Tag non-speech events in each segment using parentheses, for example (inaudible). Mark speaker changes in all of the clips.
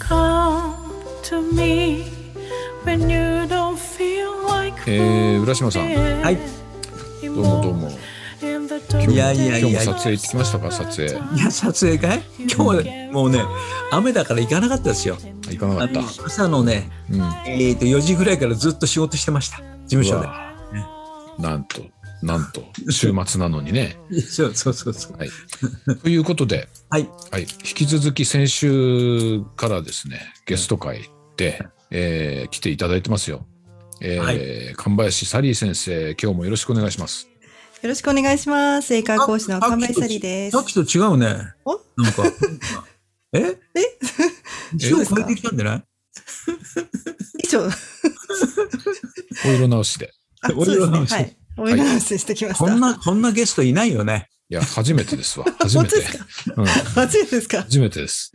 Speaker 1: Come to me when you don't feel like
Speaker 2: えー、浦島さん、ど
Speaker 1: はい
Speaker 2: うもどうも。
Speaker 1: い
Speaker 3: やいやい
Speaker 1: 今
Speaker 3: や
Speaker 2: 今
Speaker 1: 日
Speaker 2: 日
Speaker 1: も撮
Speaker 2: も撮
Speaker 1: 影
Speaker 2: 影
Speaker 1: 行っきまし
Speaker 2: 行っててきましたた
Speaker 1: か撮影
Speaker 2: か撮影
Speaker 3: いや、撮影会今日ね、もうね、雨だから行かなかったですよ。
Speaker 2: 行かなか
Speaker 3: あ
Speaker 2: った
Speaker 3: の。朝のね、
Speaker 2: うん。
Speaker 3: えー、と4時ぐらいからずっと仕事してました。事務
Speaker 2: う
Speaker 3: 所
Speaker 2: わなんと、なんと、週末なのにね。
Speaker 3: で。そうそうそうそう。
Speaker 4: (laughs)
Speaker 2: はい。ということで、
Speaker 3: はい。
Speaker 2: はい、引き続き先週からですね、ゲスト会で、えー来ていただいてますよ。えー
Speaker 3: は
Speaker 2: 神林サリー先生、今日もよろしくお願いします。
Speaker 4: よろしくお願いします。英会話講師の神井サリーです
Speaker 3: さっ。きと違うね。
Speaker 4: お
Speaker 3: なん
Speaker 4: (laughs)
Speaker 3: か。 (laughs) ええ一応
Speaker 4: そうです
Speaker 3: 超
Speaker 4: か
Speaker 3: えてきたんじゃない
Speaker 4: 以上、あ、
Speaker 2: お色直しで。
Speaker 4: そうですね。はい。お
Speaker 2: い
Speaker 4: 色直ししてきました。
Speaker 3: こんな、こんなゲストいないよね。
Speaker 2: いや、初めてです
Speaker 4: (laughs)
Speaker 2: わ。初め
Speaker 4: 本
Speaker 2: て
Speaker 4: 当で。すか
Speaker 2: うん、
Speaker 4: 初めてですか
Speaker 2: 初めてです。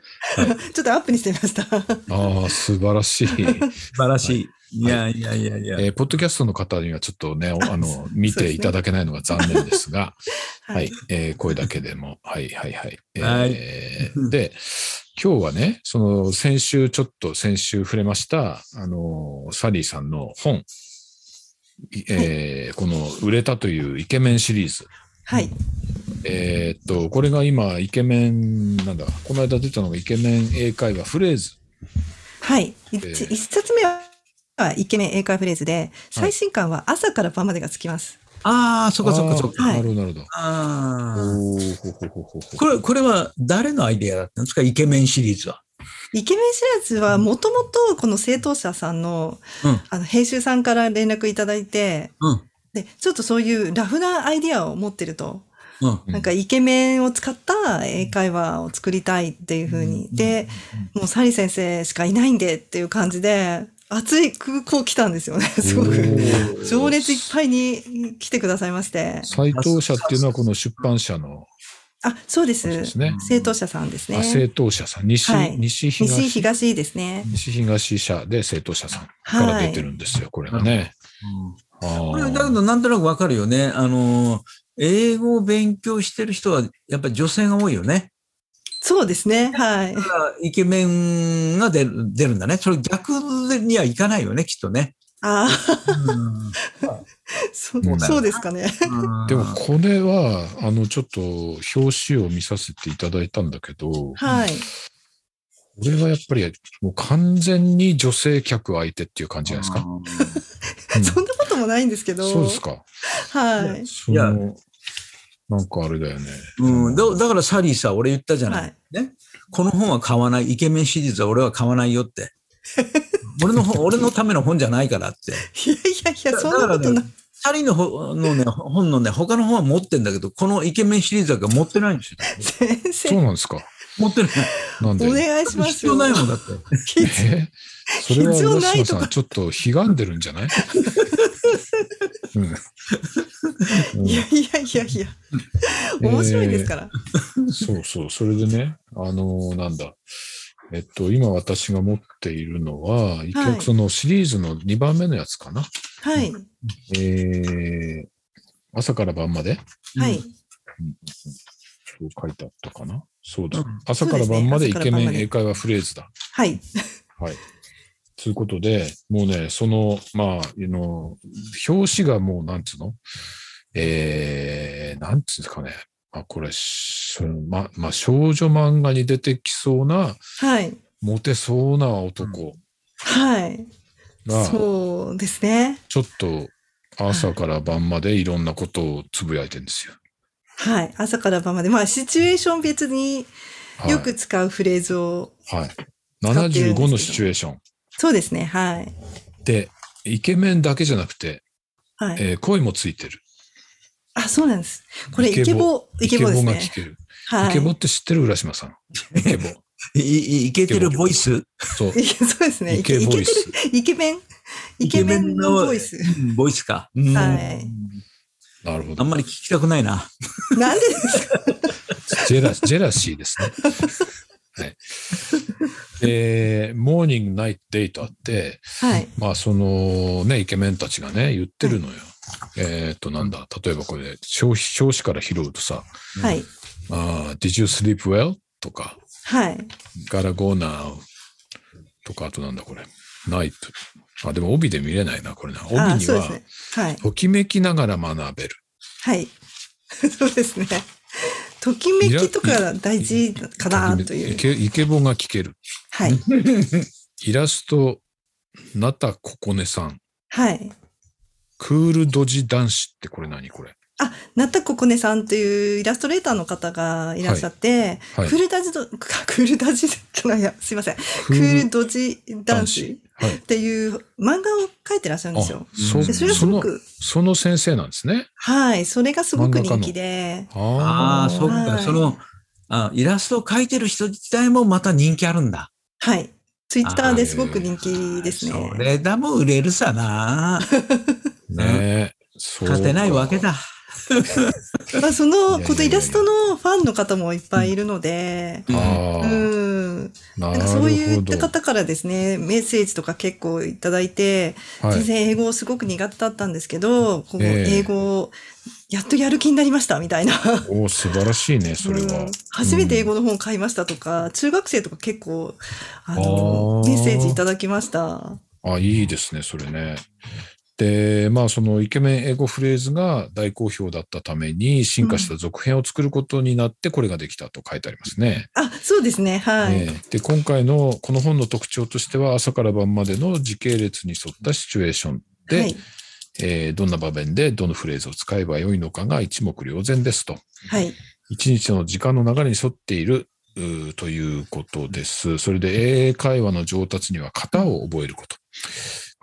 Speaker 4: ちょっとアップにしてみました。
Speaker 2: ああ、素晴らしい。
Speaker 3: 素晴らしい。いやいやいやいや。
Speaker 2: えーポッドキャストの方にはちょっとね、おあ
Speaker 4: (laughs)
Speaker 2: の、見ていただけないのが残念ですが、は
Speaker 4: はいい、
Speaker 2: えー声だけでも、 (laughs) はいはいはい。えー (laughs)
Speaker 3: はい
Speaker 2: で、今日はね、その先週ちょっと先週触れました、あのー、サリーさんの本、いえーこの売れたというイケメンシリーズ。
Speaker 4: はい。
Speaker 2: えーっと、これが今、イケメン、なんだ、この間出たのがイケメン英会話フレーズ。
Speaker 4: はい。一
Speaker 2: ー
Speaker 4: 一冊目は、イケメン英会話フレーズで、最新刊は朝から晩までがつきます。
Speaker 3: ああ、そっかそっかそっか。
Speaker 2: あー
Speaker 4: はい
Speaker 2: なるほど、なるほど。
Speaker 3: あ
Speaker 2: おーほほほほほ
Speaker 3: あ。これ、これは誰のアイデアだったんですかイケメンシリーズは。
Speaker 4: イケメンシリーズはもともとこの正当者さんの、
Speaker 3: うん
Speaker 4: あの、編集さんから連絡いただいて、
Speaker 3: うん。
Speaker 4: で、ちょっとそういうラフなアイディアを持ってると、
Speaker 3: うん。
Speaker 2: うん
Speaker 4: なんかイケメンを使った英会話を作りたいっていう風に。で、もうサリー先生しかいないんでっていう感じで、熱い空港来たんですよね、すご
Speaker 2: お
Speaker 4: く。
Speaker 2: ー
Speaker 4: 情熱いっぱいに来てくださいまして。
Speaker 2: 斉藤社っていうのはこの出版社の
Speaker 4: あ、そうで。
Speaker 2: 社ですすね。
Speaker 4: 生徒者さんです
Speaker 2: あ
Speaker 4: ね。
Speaker 2: 正当社さん西、
Speaker 4: はい
Speaker 2: 西東
Speaker 4: 西
Speaker 2: 西東
Speaker 4: 東ですね。
Speaker 2: 社で正当社さんから出てるんですよ、これがね。あー
Speaker 3: これだけどなんとなくわかるよね。あの、英語を勉強してる人は、やっぱり女性が多いよね。
Speaker 4: そうですね。はい。
Speaker 3: だからイケメンが出る出るんだね。それ逆にはいかないよね、きっとね。
Speaker 4: ああ、
Speaker 3: うん
Speaker 4: そ
Speaker 2: もう
Speaker 4: う
Speaker 2: ね
Speaker 4: そうですかね。
Speaker 2: でもこれはあのちょっと表紙を見させていただいたんだけど、こ
Speaker 4: はい。
Speaker 2: れはやっぱりもう完全に女性客相手っていう感じじゃないですか。うん
Speaker 4: そんなこともないんですけど。
Speaker 2: そうですか。
Speaker 4: はい。
Speaker 2: そ
Speaker 3: いや
Speaker 2: のなんかあれだよね。
Speaker 3: うん、だだからサリーさ、俺言ったじゃない、
Speaker 4: はい。
Speaker 3: この本は買わない。イケメンシリーズは俺は買わないよって。俺の本、俺のための本じゃないからって。
Speaker 4: いやいやいや、そんなこと
Speaker 3: だか
Speaker 4: な
Speaker 3: らねサリーのほのね、本のね、他の本は持ってんだけど、このイケメンシリーズだけ持ってないんですよ。
Speaker 4: い。先
Speaker 2: そう
Speaker 4: 生、
Speaker 2: なんですか。
Speaker 3: 持 (laughs) ってない。
Speaker 2: なんで
Speaker 4: お願いします
Speaker 3: 必
Speaker 4: よ。
Speaker 3: 要ないもんだって。
Speaker 2: えそれは
Speaker 4: 必要
Speaker 2: 浦
Speaker 4: な
Speaker 2: 島
Speaker 4: いとか
Speaker 2: さん、ちょっと悲願でるんじゃない、うんうん
Speaker 4: いやいやい
Speaker 2: (laughs)
Speaker 4: やいや、面白いですから。
Speaker 2: そうそう、それでね、あのーなんだ。えっと、今私が持っているのは、一
Speaker 4: はい
Speaker 2: 曲そのシリーズの2番目のやつかな。
Speaker 4: はい。
Speaker 2: えー朝から晩まで
Speaker 4: はい。
Speaker 2: そう書いてあったかな。そうだ。
Speaker 3: うん
Speaker 2: 朝から晩までイ
Speaker 4: そうで
Speaker 2: ケ
Speaker 4: す
Speaker 2: メ
Speaker 4: ね朝から晩ま
Speaker 2: ン
Speaker 4: で
Speaker 2: 英会話フレーズだ。
Speaker 4: はい。
Speaker 2: はい。ということで、もうね、その、まあ、あの、表紙がもう、なんつうのえー、なんつうんですかね。まあ、これ、しま、まあ、少女漫画に出てきそうな、
Speaker 4: はい。
Speaker 2: モテそうな男
Speaker 4: はい。
Speaker 2: が、
Speaker 4: そうですね。
Speaker 2: ちょっと、朝から晩までいろんなことをつぶやいてるんですよ。
Speaker 4: はい。朝から晩まで。まあ、シチュエーション別に
Speaker 2: はい。
Speaker 4: よく使うフレーズを。
Speaker 2: はい。
Speaker 4: 使ってるんですけど
Speaker 2: 75のシチュエーション。
Speaker 4: そうですね。はい。
Speaker 2: で、イケメンだけじゃなくて、
Speaker 4: はい。
Speaker 2: えー声もついてる。
Speaker 4: あ、そうなんです。これ、
Speaker 2: イ
Speaker 4: イ
Speaker 2: ケ
Speaker 4: ケ
Speaker 2: ボ
Speaker 4: ボ、イケボです
Speaker 2: が
Speaker 4: ね
Speaker 2: 聞。ける。
Speaker 4: は
Speaker 2: イ
Speaker 4: い。
Speaker 2: ケボって知ってる浦島さん。イケボ。
Speaker 3: いいいけてるボイス。
Speaker 4: (laughs)
Speaker 2: そう。
Speaker 4: いけ (laughs) そうですね。
Speaker 2: イ
Speaker 4: イケ
Speaker 2: ケ
Speaker 4: イ
Speaker 2: ボイ
Speaker 4: ケて
Speaker 2: ス。
Speaker 4: るイケメン。イケメンのボイス。
Speaker 3: うんボイスか。うん
Speaker 4: はい
Speaker 2: なるほ
Speaker 3: あ
Speaker 2: ど
Speaker 3: ん。まり聞きたくないな。
Speaker 4: なんでですか
Speaker 2: ジェラジェラシーですね。
Speaker 4: (laughs)
Speaker 2: はい。で、モーニング、ナイト、デイとあって、
Speaker 4: はい。
Speaker 2: まあ、そのね、イケメンたちがね、言ってるのよ。えっと、なんだ、例えばこれ、表紙表紙から拾うとさ、
Speaker 4: はい。
Speaker 2: あー Did you sleep well? とか、
Speaker 4: はい。
Speaker 2: Gotta go now. とか、あとなんだこれ。ないと。あ、でも帯で見れないな、これな。帯に
Speaker 4: あそうです
Speaker 2: は
Speaker 4: ね、。はい。
Speaker 2: ときめきながら学べる。
Speaker 4: はい。そうですね。ときめきとか大事かなとい
Speaker 2: イ
Speaker 4: う。
Speaker 2: ケイケボが聞ける。
Speaker 4: はい。
Speaker 2: イラスト、なたここねさん。
Speaker 4: はい。
Speaker 2: クールドジ男子ってこれ何これ。
Speaker 4: あ、なったここねさんというイラストレーターの方がいらっしゃって、
Speaker 2: はい
Speaker 4: クールダジド、クールダジじゃないや、すいません。ク
Speaker 2: ク
Speaker 4: ールドジ男子
Speaker 2: はい。
Speaker 4: っていう漫画を書いてらっしゃるんですよ。
Speaker 2: そ
Speaker 4: でそれがす
Speaker 2: そ
Speaker 4: ご
Speaker 2: の、
Speaker 4: く、
Speaker 2: その先生なんですね。
Speaker 4: はい、それがすごく人気で、
Speaker 3: ああ、そっ
Speaker 4: うは
Speaker 3: か。
Speaker 4: い
Speaker 3: その、あイラストを描いてる人自体もまた人気あるんだ。
Speaker 4: はい、ツイッターですごく人気です
Speaker 3: そ
Speaker 4: ね。
Speaker 3: れだも売れるさな。
Speaker 2: ねえ。そう
Speaker 3: 勝てないわけだ。
Speaker 4: まあ、その、
Speaker 2: いやいやいや
Speaker 4: このイラストのファンの方もいっぱいいるので、
Speaker 2: あ
Speaker 4: う
Speaker 2: あ、
Speaker 4: ん、
Speaker 2: な
Speaker 4: なん
Speaker 2: る
Speaker 4: か
Speaker 2: ほど。
Speaker 4: そういった方からですね、メッセージとか結構いただいて、
Speaker 2: はい
Speaker 4: 全然英語すごく苦手だったんですけど、こう
Speaker 2: ええ
Speaker 4: 英語をやっとやる気になりましたみたいな。
Speaker 2: おお、素晴らしいね、それ
Speaker 4: う
Speaker 2: は
Speaker 4: ん。初めて英語の本買いましたとか、中学生とか結構、あ
Speaker 2: あ
Speaker 4: の、
Speaker 2: ー
Speaker 4: メッセージいただきました。
Speaker 2: あ、いいですね、それね。で、まあ、そのイケメン英語フレーズが大好評だったために、進化した続編を作ることになって、これができたと書いてありますね。
Speaker 4: あ、そうですね、はい。
Speaker 2: ええで、今回のこの本の特徴としては、朝から晩までの時系列に沿ったシチュエーションで、
Speaker 4: はい。
Speaker 2: えーどんな場面でどのフレーズを使えばよいのかが一目瞭然ですと。
Speaker 4: はい。
Speaker 2: 一日の時間の流れに沿っているうーということです。それで英英会話の上達には型を覚えること。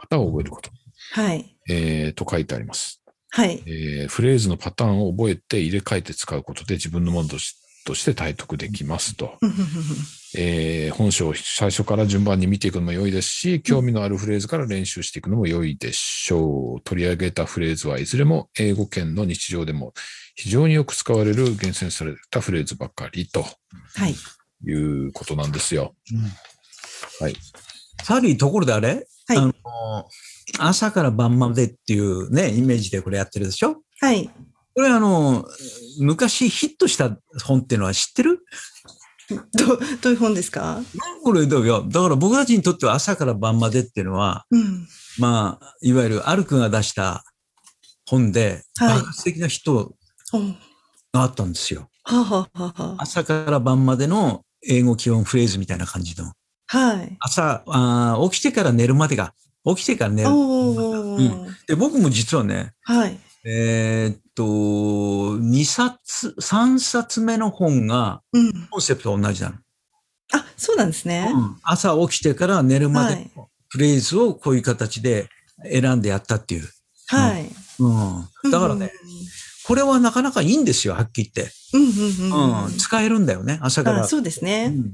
Speaker 2: 型を覚えること。
Speaker 4: はい。
Speaker 2: えーと書いてあります、
Speaker 4: はい。
Speaker 2: えーフレーズのパターンを覚えて入れ替えて使うことで自分のものとしとして体得できます
Speaker 4: (laughs)
Speaker 2: と。
Speaker 4: うんうんうん
Speaker 2: えー本書を最初から順番に見ていくのも良いですし、興味のあるフレーズから練習していくのも良いでしょう。取り上げたフレーズはいずれも英語圏の日常でも非常によく使われる厳選されたフレーズばかりと
Speaker 4: はい。
Speaker 2: いうことなんですよ。はい。
Speaker 3: サリー、ところであれ、
Speaker 4: はい
Speaker 3: あの、朝から晩までっていうね、イメージでこれやってるでしょ
Speaker 4: はい。
Speaker 3: これあの、昔ヒットした本っていうのは知ってる
Speaker 4: ど、どういう本ですか
Speaker 3: これだよ。だから僕たちにとっては朝から晩までっていうのは、
Speaker 4: うん。
Speaker 3: まあ、いわゆるアルクが出した本で、
Speaker 4: はい
Speaker 3: 爆発的なヒット
Speaker 4: お
Speaker 3: があったんですよ。
Speaker 4: ははははは。
Speaker 3: 朝から晩までの英語基本フレーズみたいな感じの。
Speaker 4: はい。
Speaker 3: 朝あー、起きてから寝るまでが、起きてから寝る。
Speaker 4: おー。
Speaker 3: で、僕も実はね、
Speaker 4: はい。
Speaker 3: えーっと、2冊、3冊目の本が、
Speaker 4: うん。
Speaker 3: コンセプトは同じなの。
Speaker 4: あ、そうなんですね。
Speaker 3: うん朝起きてから寝るま
Speaker 4: は
Speaker 3: で
Speaker 4: い
Speaker 3: のフレーズをこういう形で選んでやったっていう。
Speaker 4: はい。
Speaker 3: うん、だからね、これはなかなかいいんですよ、はっきり言って。
Speaker 4: うん。うんうんうん。
Speaker 3: うん、使えるんだよね、朝から。
Speaker 4: あそうです
Speaker 3: う
Speaker 4: ね。
Speaker 3: んうん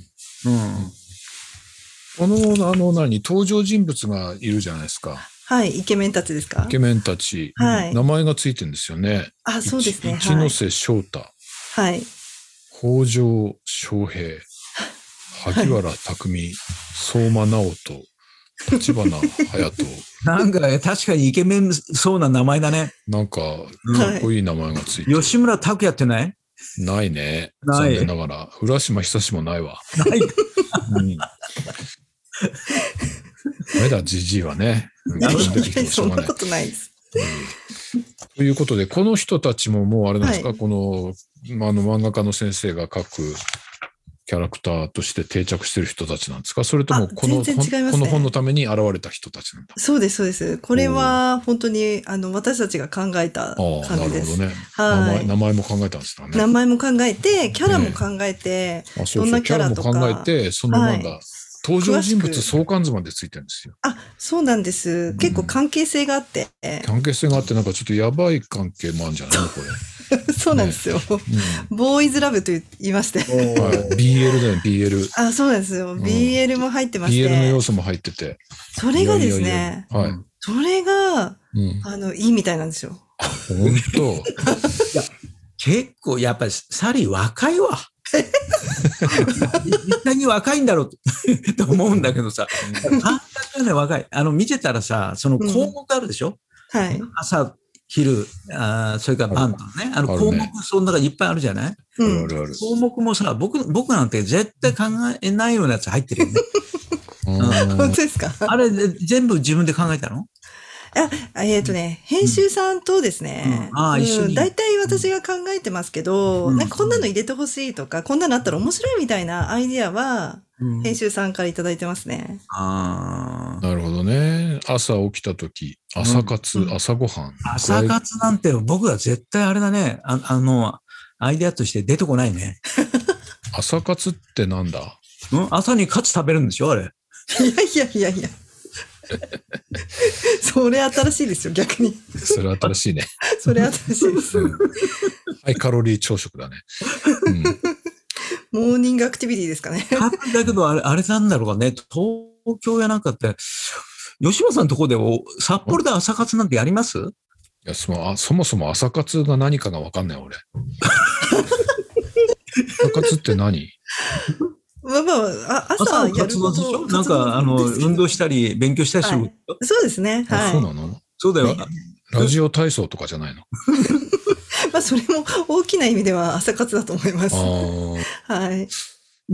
Speaker 2: この、あの、何、登場人物がいるじゃないですか。
Speaker 4: はい。イケメンたちですか
Speaker 2: イケメンたち。
Speaker 4: はい
Speaker 2: 名前がついてるんですよね。
Speaker 4: あ、そうですね。
Speaker 2: 一一
Speaker 4: は
Speaker 2: ノ
Speaker 4: い。
Speaker 2: 瀬翔太、
Speaker 4: はい。
Speaker 2: 北条翔平、萩原拓海、相馬直人、立花隼人。
Speaker 3: なんか確かにイケメンそうな名前だね。
Speaker 2: なんか、かっこいい名前がついてる
Speaker 3: 吉村拓也ってない
Speaker 2: ないね。
Speaker 3: ない
Speaker 2: 残念ながら。浦島久志もないわ。
Speaker 3: ない。
Speaker 2: うん。ダメだ、じじいはね。うん
Speaker 4: いやい
Speaker 2: 飛んでき
Speaker 4: や
Speaker 2: ても
Speaker 4: いや
Speaker 2: しょ
Speaker 4: (laughs) そうん
Speaker 2: が
Speaker 4: な
Speaker 2: ない
Speaker 4: ことないです。
Speaker 2: ということで、この人たちももうあれなんですか、
Speaker 4: は
Speaker 2: この、まあ、あの漫画家の先生が描くキャラクターとして定着してる人たちなんですかそれとも
Speaker 4: あ
Speaker 2: この、
Speaker 4: 全然違いますね
Speaker 2: この本のために現れた人たちなんだ。
Speaker 4: そうです、そうです。これは本当にあの私たちが考えた
Speaker 2: ああ、な
Speaker 4: 感
Speaker 2: る
Speaker 4: じで
Speaker 2: ほ
Speaker 4: す。
Speaker 2: どね。名
Speaker 4: は
Speaker 2: 前名
Speaker 4: い。
Speaker 2: 前も考えたんですからね。
Speaker 4: 名前も考えて、キャラも考えて、
Speaker 2: あそうそ
Speaker 4: どん
Speaker 2: う
Speaker 4: な
Speaker 2: キ
Speaker 4: キ
Speaker 2: ャ
Speaker 4: ャ
Speaker 2: ラ
Speaker 4: ラ
Speaker 2: も
Speaker 4: と
Speaker 2: 考
Speaker 4: か
Speaker 2: えて、そのなんだ、
Speaker 4: はい
Speaker 2: 登場人
Speaker 4: 詳
Speaker 2: 物
Speaker 4: しく
Speaker 2: 相関図までついてるんですよ。
Speaker 4: あ、そうなんです。結構関係性があって、
Speaker 2: 関係性があって、なんかちょっとやばい関係もあるんじゃ
Speaker 4: (laughs)
Speaker 2: ないのこれ。
Speaker 4: そうなんですよ。ボーイズラブと言いまして。
Speaker 2: うんはい、BL だよ、BL。
Speaker 4: あ、そうなんですよ。BL も入ってまし
Speaker 2: BL の
Speaker 4: て
Speaker 2: 要。素も入ってて。
Speaker 4: それがです
Speaker 2: いやいやい
Speaker 4: ね、
Speaker 2: やはい。
Speaker 4: それが、
Speaker 2: うん。
Speaker 4: あの、いいみたいなんですよ。
Speaker 2: 本
Speaker 3: 結構やっぱりサリー若いわ。みんなに若いんだろうと思うんだけどさ、感覚がね若い。あの見てたらさ、その項目あるでしょ、
Speaker 4: はい。
Speaker 3: 朝、昼あー、それから晩とね、あの
Speaker 2: ある
Speaker 3: 項
Speaker 2: ね
Speaker 3: 目、その中にいっぱいあるじゃない
Speaker 4: うん
Speaker 2: 当。あ
Speaker 4: ん。
Speaker 2: るあるある。
Speaker 3: 項目もさ、僕、僕なんて絶対考えないようなやつ入ってるよね。
Speaker 2: (laughs)
Speaker 4: 本当ですか
Speaker 3: (laughs)
Speaker 4: (laughs)
Speaker 3: あれ、全部自分で考えたの
Speaker 4: あえっ、とね、編集さんとですね、
Speaker 3: うんあー一緒に
Speaker 4: 大体私が考えてますけど、
Speaker 3: うん
Speaker 4: なんかこんなの入れてほしいとか、こんなのあったら面白いみたいなアイディアは、編集さんからいただいてます
Speaker 3: (laughs)
Speaker 4: ね。
Speaker 3: あ
Speaker 2: なるほどね。朝起きた時、朝活、
Speaker 4: うん
Speaker 2: 朝ごはん。
Speaker 3: あ。朝活なんて僕は絶対あれだね。ああの、アイデアとして出てこないね。
Speaker 2: 朝活ってなん
Speaker 4: (laughs)
Speaker 2: だ
Speaker 3: うん朝にカツ食べるんでしょあれ。
Speaker 4: いやいやいやいや。 (laughs) それ新しいですよ、
Speaker 3: (laughs)
Speaker 4: 逆に。
Speaker 2: それ新しいね。
Speaker 4: それ新しいです。
Speaker 2: うんハイカロリー朝食だね。うん
Speaker 4: モーニングアクティビティですかね。
Speaker 3: 多分だけどあれ、あれなんだろうかね。東京やなんかって、吉村さんのとこでお札幌で朝活なんてやります
Speaker 2: いやそのあそもそも朝活が何かが分かんない俺。朝活って何
Speaker 4: まあまあ、あ朝
Speaker 3: 朝
Speaker 4: やる
Speaker 3: 活
Speaker 4: こ
Speaker 3: 動でし
Speaker 4: と
Speaker 3: ょなんか、あの、運動したり、勉強したりする。
Speaker 4: はいそうですね。
Speaker 2: あ
Speaker 4: はい。
Speaker 2: そうなの
Speaker 3: そうだよ。
Speaker 2: ラジオ体操とかじゃないの
Speaker 4: まあ、それも大きな意味では朝活だと思います。
Speaker 2: ああ。
Speaker 4: はい。い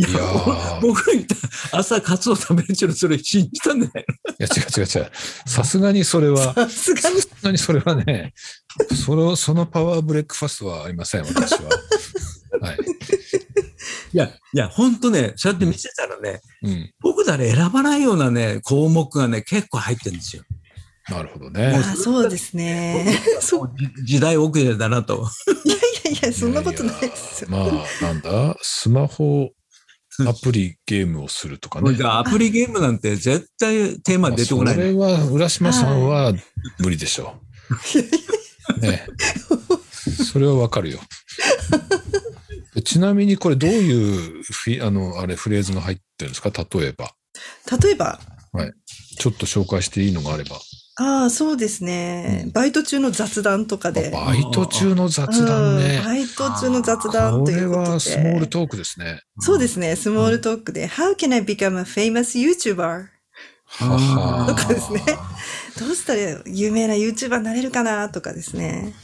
Speaker 3: い
Speaker 2: いやー
Speaker 3: 僕が言った朝カツを食べるっていうのそれ信じたんじゃない
Speaker 2: いや違う違う違う。さすがにそれは、
Speaker 4: さすがに。
Speaker 2: さすがにそれはね、そのそのパワーブレックファストはありません、私は。
Speaker 4: (laughs)
Speaker 2: はい。
Speaker 3: いや、いや、ほんとね、そうやって見せたらね、
Speaker 2: うん。
Speaker 3: 僕だれ選ばないようなね、項目がね、結構入ってるんですよ。
Speaker 2: なるほど
Speaker 3: も
Speaker 2: ね。
Speaker 4: あそうです
Speaker 2: (laughs)
Speaker 4: ね。そう
Speaker 3: もうじ時代遅れだなと。
Speaker 4: いやいや、そんなことないですよ。
Speaker 2: まあ、なんだ、スマホ、アプリ、ゲームをするとかね。
Speaker 3: じゃあアプリゲームなんて絶対テーマ出てこない
Speaker 2: それ
Speaker 3: ね。
Speaker 2: は、浦島さんは無理でしょ
Speaker 4: (laughs)
Speaker 2: う。ね。それはわかるよ。ちなみにこれどういうフィあのあれフレーズが入ってるんですか例えば。
Speaker 4: 例えば、
Speaker 2: ちょっと紹介していいのがあれば。
Speaker 4: ああ、そうですね。バイト中の雑談とかで。
Speaker 2: バイト中の雑談
Speaker 4: うん
Speaker 2: ね。
Speaker 4: バイト中の雑談
Speaker 2: こと
Speaker 4: い
Speaker 2: れ
Speaker 4: うことで。
Speaker 2: はスモールトークですね。
Speaker 4: そうですね、スモールトークで。How can I become a famous YouTuber?
Speaker 2: はは
Speaker 4: とかですね。どうしたら有名な YouTuber になれるかなとかですね。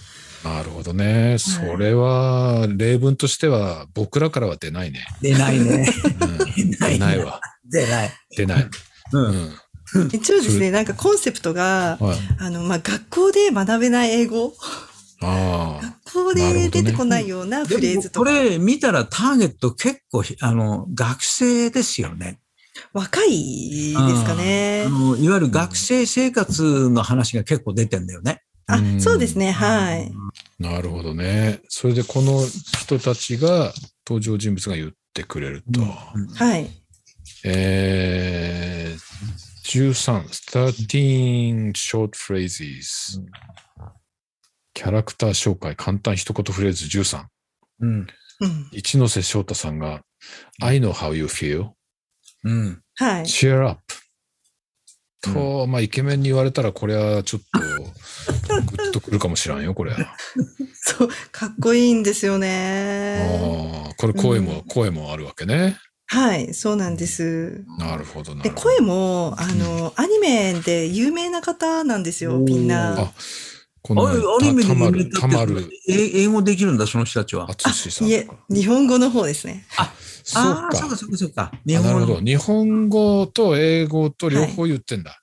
Speaker 2: なるほどね。それは例文としては僕らからは出ないね。
Speaker 3: 出ないね。
Speaker 2: うん
Speaker 3: 出ない
Speaker 2: 出 (laughs) ないわ。
Speaker 3: 出ない。
Speaker 2: 出ない。
Speaker 3: う。
Speaker 2: うんん。
Speaker 4: 一応ですね、なんかコンセプトが、
Speaker 2: はい。
Speaker 4: あの、まあ、学校で学べない英語。
Speaker 2: ああ。
Speaker 4: 学校で出てこないような (laughs) フレーズ
Speaker 3: でもこと
Speaker 4: か。
Speaker 3: れ見たらターゲット結構、あの、学生ですよね。
Speaker 4: 若いですかね
Speaker 3: あ。の、いわゆる学生生活の話が結構出てんだよね。
Speaker 4: あ
Speaker 2: うん
Speaker 4: そうですね、はい。
Speaker 2: なるほどね。それでこの人たちが登場人物が言ってくれると。
Speaker 3: うん
Speaker 4: はい。
Speaker 2: えー、13 13 short phrases キャラクター紹介簡単一言フレーズ13
Speaker 3: うん。
Speaker 4: うん。
Speaker 2: 一ノ瀬翔太さんが I know how you feel
Speaker 3: うん。
Speaker 4: はい。
Speaker 2: cheer up と、まあイケメンに言われたらこれはちょっとグッとくるかもしらんよこれは
Speaker 4: そう、かっこいいんですよ
Speaker 2: あ
Speaker 4: ね。
Speaker 2: ーこれ声も、
Speaker 4: うん
Speaker 2: 声もあるわけね
Speaker 4: はい、そうなんです。
Speaker 2: なるほどな
Speaker 4: で、
Speaker 2: るほど
Speaker 4: 声も、あの、アニメで有名な方なんですよ、
Speaker 3: おー
Speaker 4: みん
Speaker 2: あ
Speaker 4: な。
Speaker 2: こ
Speaker 3: あるアニメで
Speaker 2: たま
Speaker 3: 有名
Speaker 2: る
Speaker 3: だ
Speaker 2: たま
Speaker 3: っ
Speaker 2: る
Speaker 3: て、え英語できるんだ、その人たちは。
Speaker 2: 淳さん
Speaker 4: いえ
Speaker 2: とか、
Speaker 4: 日本語の方ですね。
Speaker 2: そう
Speaker 3: ああー、
Speaker 2: か
Speaker 3: そうか、そうか、そうか。日
Speaker 2: あなる
Speaker 3: 本
Speaker 2: ほ
Speaker 3: 語
Speaker 2: ど。日本語と英語と両方言ってんだ。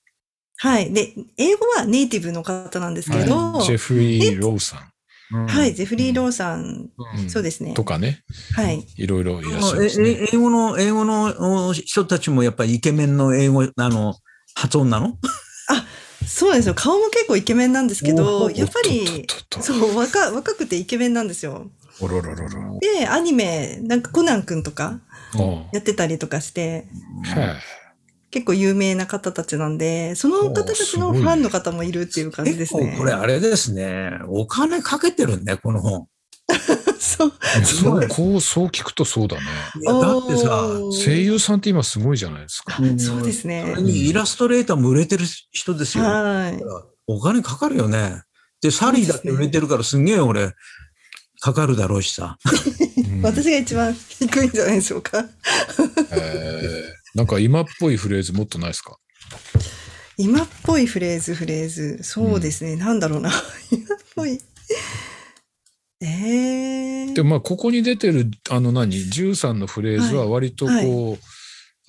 Speaker 4: はい。で、英語はネイティブの方なんですけど、
Speaker 2: はいジェフリー・ローさ
Speaker 4: はい、ゼフリー・ローさん、
Speaker 2: ん、うん
Speaker 4: そうですね
Speaker 2: と。かね、
Speaker 4: はい。
Speaker 2: いろいろいらっしゃい
Speaker 3: え
Speaker 2: ますね。
Speaker 3: え英語の、英語のお人たちもやっぱりイケメンの英語、あの、発音なの
Speaker 4: そうなんですよ。顔も結構イケメンなんですけ
Speaker 3: お
Speaker 4: ど、
Speaker 3: ー
Speaker 4: やっぱり
Speaker 2: おっとっと、っと
Speaker 4: そう、若、若くてイケメンなんですよ。
Speaker 2: おろろろろ。
Speaker 4: で、アニメ、なんかコナンくんとか
Speaker 2: おう
Speaker 4: やってたりとかして、
Speaker 2: へ
Speaker 4: 結構有名な方たちなんで、その方たちのファンの方もいるっていう感じで
Speaker 3: 結
Speaker 4: す
Speaker 3: 構
Speaker 4: ね。
Speaker 3: これあれですね。お金かけてるね、この本。
Speaker 4: (laughs) そう。
Speaker 2: えそ
Speaker 3: ご
Speaker 2: う
Speaker 3: い
Speaker 2: こうそう聞くとそうだね。
Speaker 3: いやだってさ、
Speaker 4: おー
Speaker 2: 声優さんって今すごいじゃないですか。
Speaker 3: うん
Speaker 4: そうですね
Speaker 3: それ。にイラストレーターも売れてる人ですよ。
Speaker 4: はい。
Speaker 3: お金かかるよね。で、サリーだって売れてるからすんげえ俺、かかるだろうしさ。
Speaker 2: うん
Speaker 4: 私が一番低いんじゃないでしょうか。
Speaker 2: えーなんか今っぽいフレーズもっとないですか
Speaker 4: 今っぽいフレーズ、フレーズ。そうですね。なんだろうな。 (laughs) 今っぽい。ええ
Speaker 2: でもまあここに出てるあの何13のフレーズは割とこう、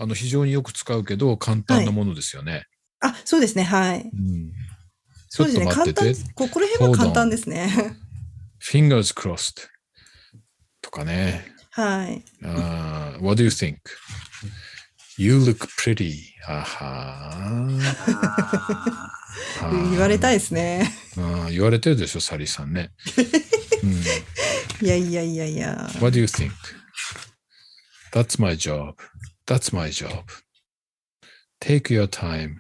Speaker 2: あの、非常によく使うけど、簡単なものですよね。
Speaker 4: あ、そうですね。は
Speaker 2: う
Speaker 4: い。
Speaker 2: ん。ち
Speaker 4: そ
Speaker 2: ょ
Speaker 4: う
Speaker 2: っ
Speaker 4: で
Speaker 2: と
Speaker 4: すね。
Speaker 2: 待
Speaker 4: 簡
Speaker 2: って
Speaker 4: 単
Speaker 2: て、。
Speaker 4: ここら辺は簡単ですね。
Speaker 2: fingers crossed とかね。
Speaker 4: (laughs) はい。
Speaker 2: あー what do you think? You look pretty. あは
Speaker 3: あ
Speaker 2: ー
Speaker 4: 言われたいですね。 (laughs)
Speaker 2: あー言われてるでしょ、サリーさんね。うん、
Speaker 4: いやいやいやいや。
Speaker 2: What do you think? That's my job. That's my job. Take your time.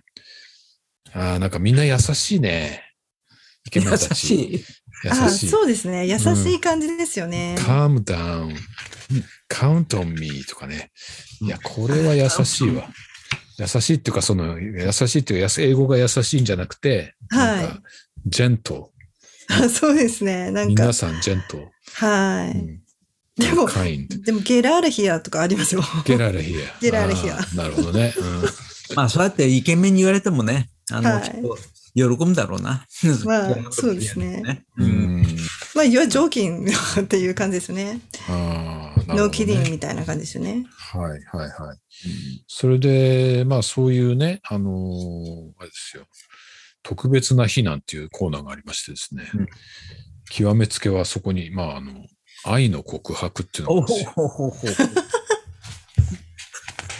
Speaker 2: あーなんかみんな優しいね。イケメン
Speaker 3: 優
Speaker 2: たち。
Speaker 3: しい。
Speaker 4: あ、
Speaker 2: 優しい。
Speaker 4: そうですね。優しい感じですよね。
Speaker 2: calm down. count on me とかね。いや、これは優しいわ。優しいっていうか、その、優しいっていうかやす、英語が優しいんじゃなくて、
Speaker 4: はい
Speaker 2: なんか、ジェント。
Speaker 4: (laughs) あそうですね。なんか
Speaker 2: 皆、さん、ジェント。
Speaker 4: は
Speaker 2: う
Speaker 4: い。
Speaker 2: ん
Speaker 4: でも、
Speaker 2: kind.
Speaker 4: でも、ゲラールヒアとかありますよ。 (laughs)
Speaker 2: Get out of here.
Speaker 4: Get out of here.
Speaker 2: あーなるほどね。うん
Speaker 3: まあ、そうやってイケメンに言われてもね、あの、
Speaker 4: はい
Speaker 3: ちょっと喜ぶんだろうな。
Speaker 4: まあ (laughs) そうです
Speaker 3: (laughs)
Speaker 4: ね。
Speaker 3: う。
Speaker 2: うんん。
Speaker 4: まあ、いわゆる常勤 (laughs) っていう感じですよね。
Speaker 2: ああ、なる
Speaker 4: ノ
Speaker 2: ほ
Speaker 4: ーキ
Speaker 2: ど
Speaker 4: リン
Speaker 2: ね。
Speaker 4: みたいな感じですよね。
Speaker 2: はい、はい、はい。それで、まあ、そういうね、あのーあれですよ。特別な日なんていうコーナーがありましてですね。
Speaker 3: うん
Speaker 2: 極めつけはそこに、まあ、あの、愛の告白っていうの
Speaker 3: お
Speaker 2: があるんですよ。
Speaker 3: ほほほほ。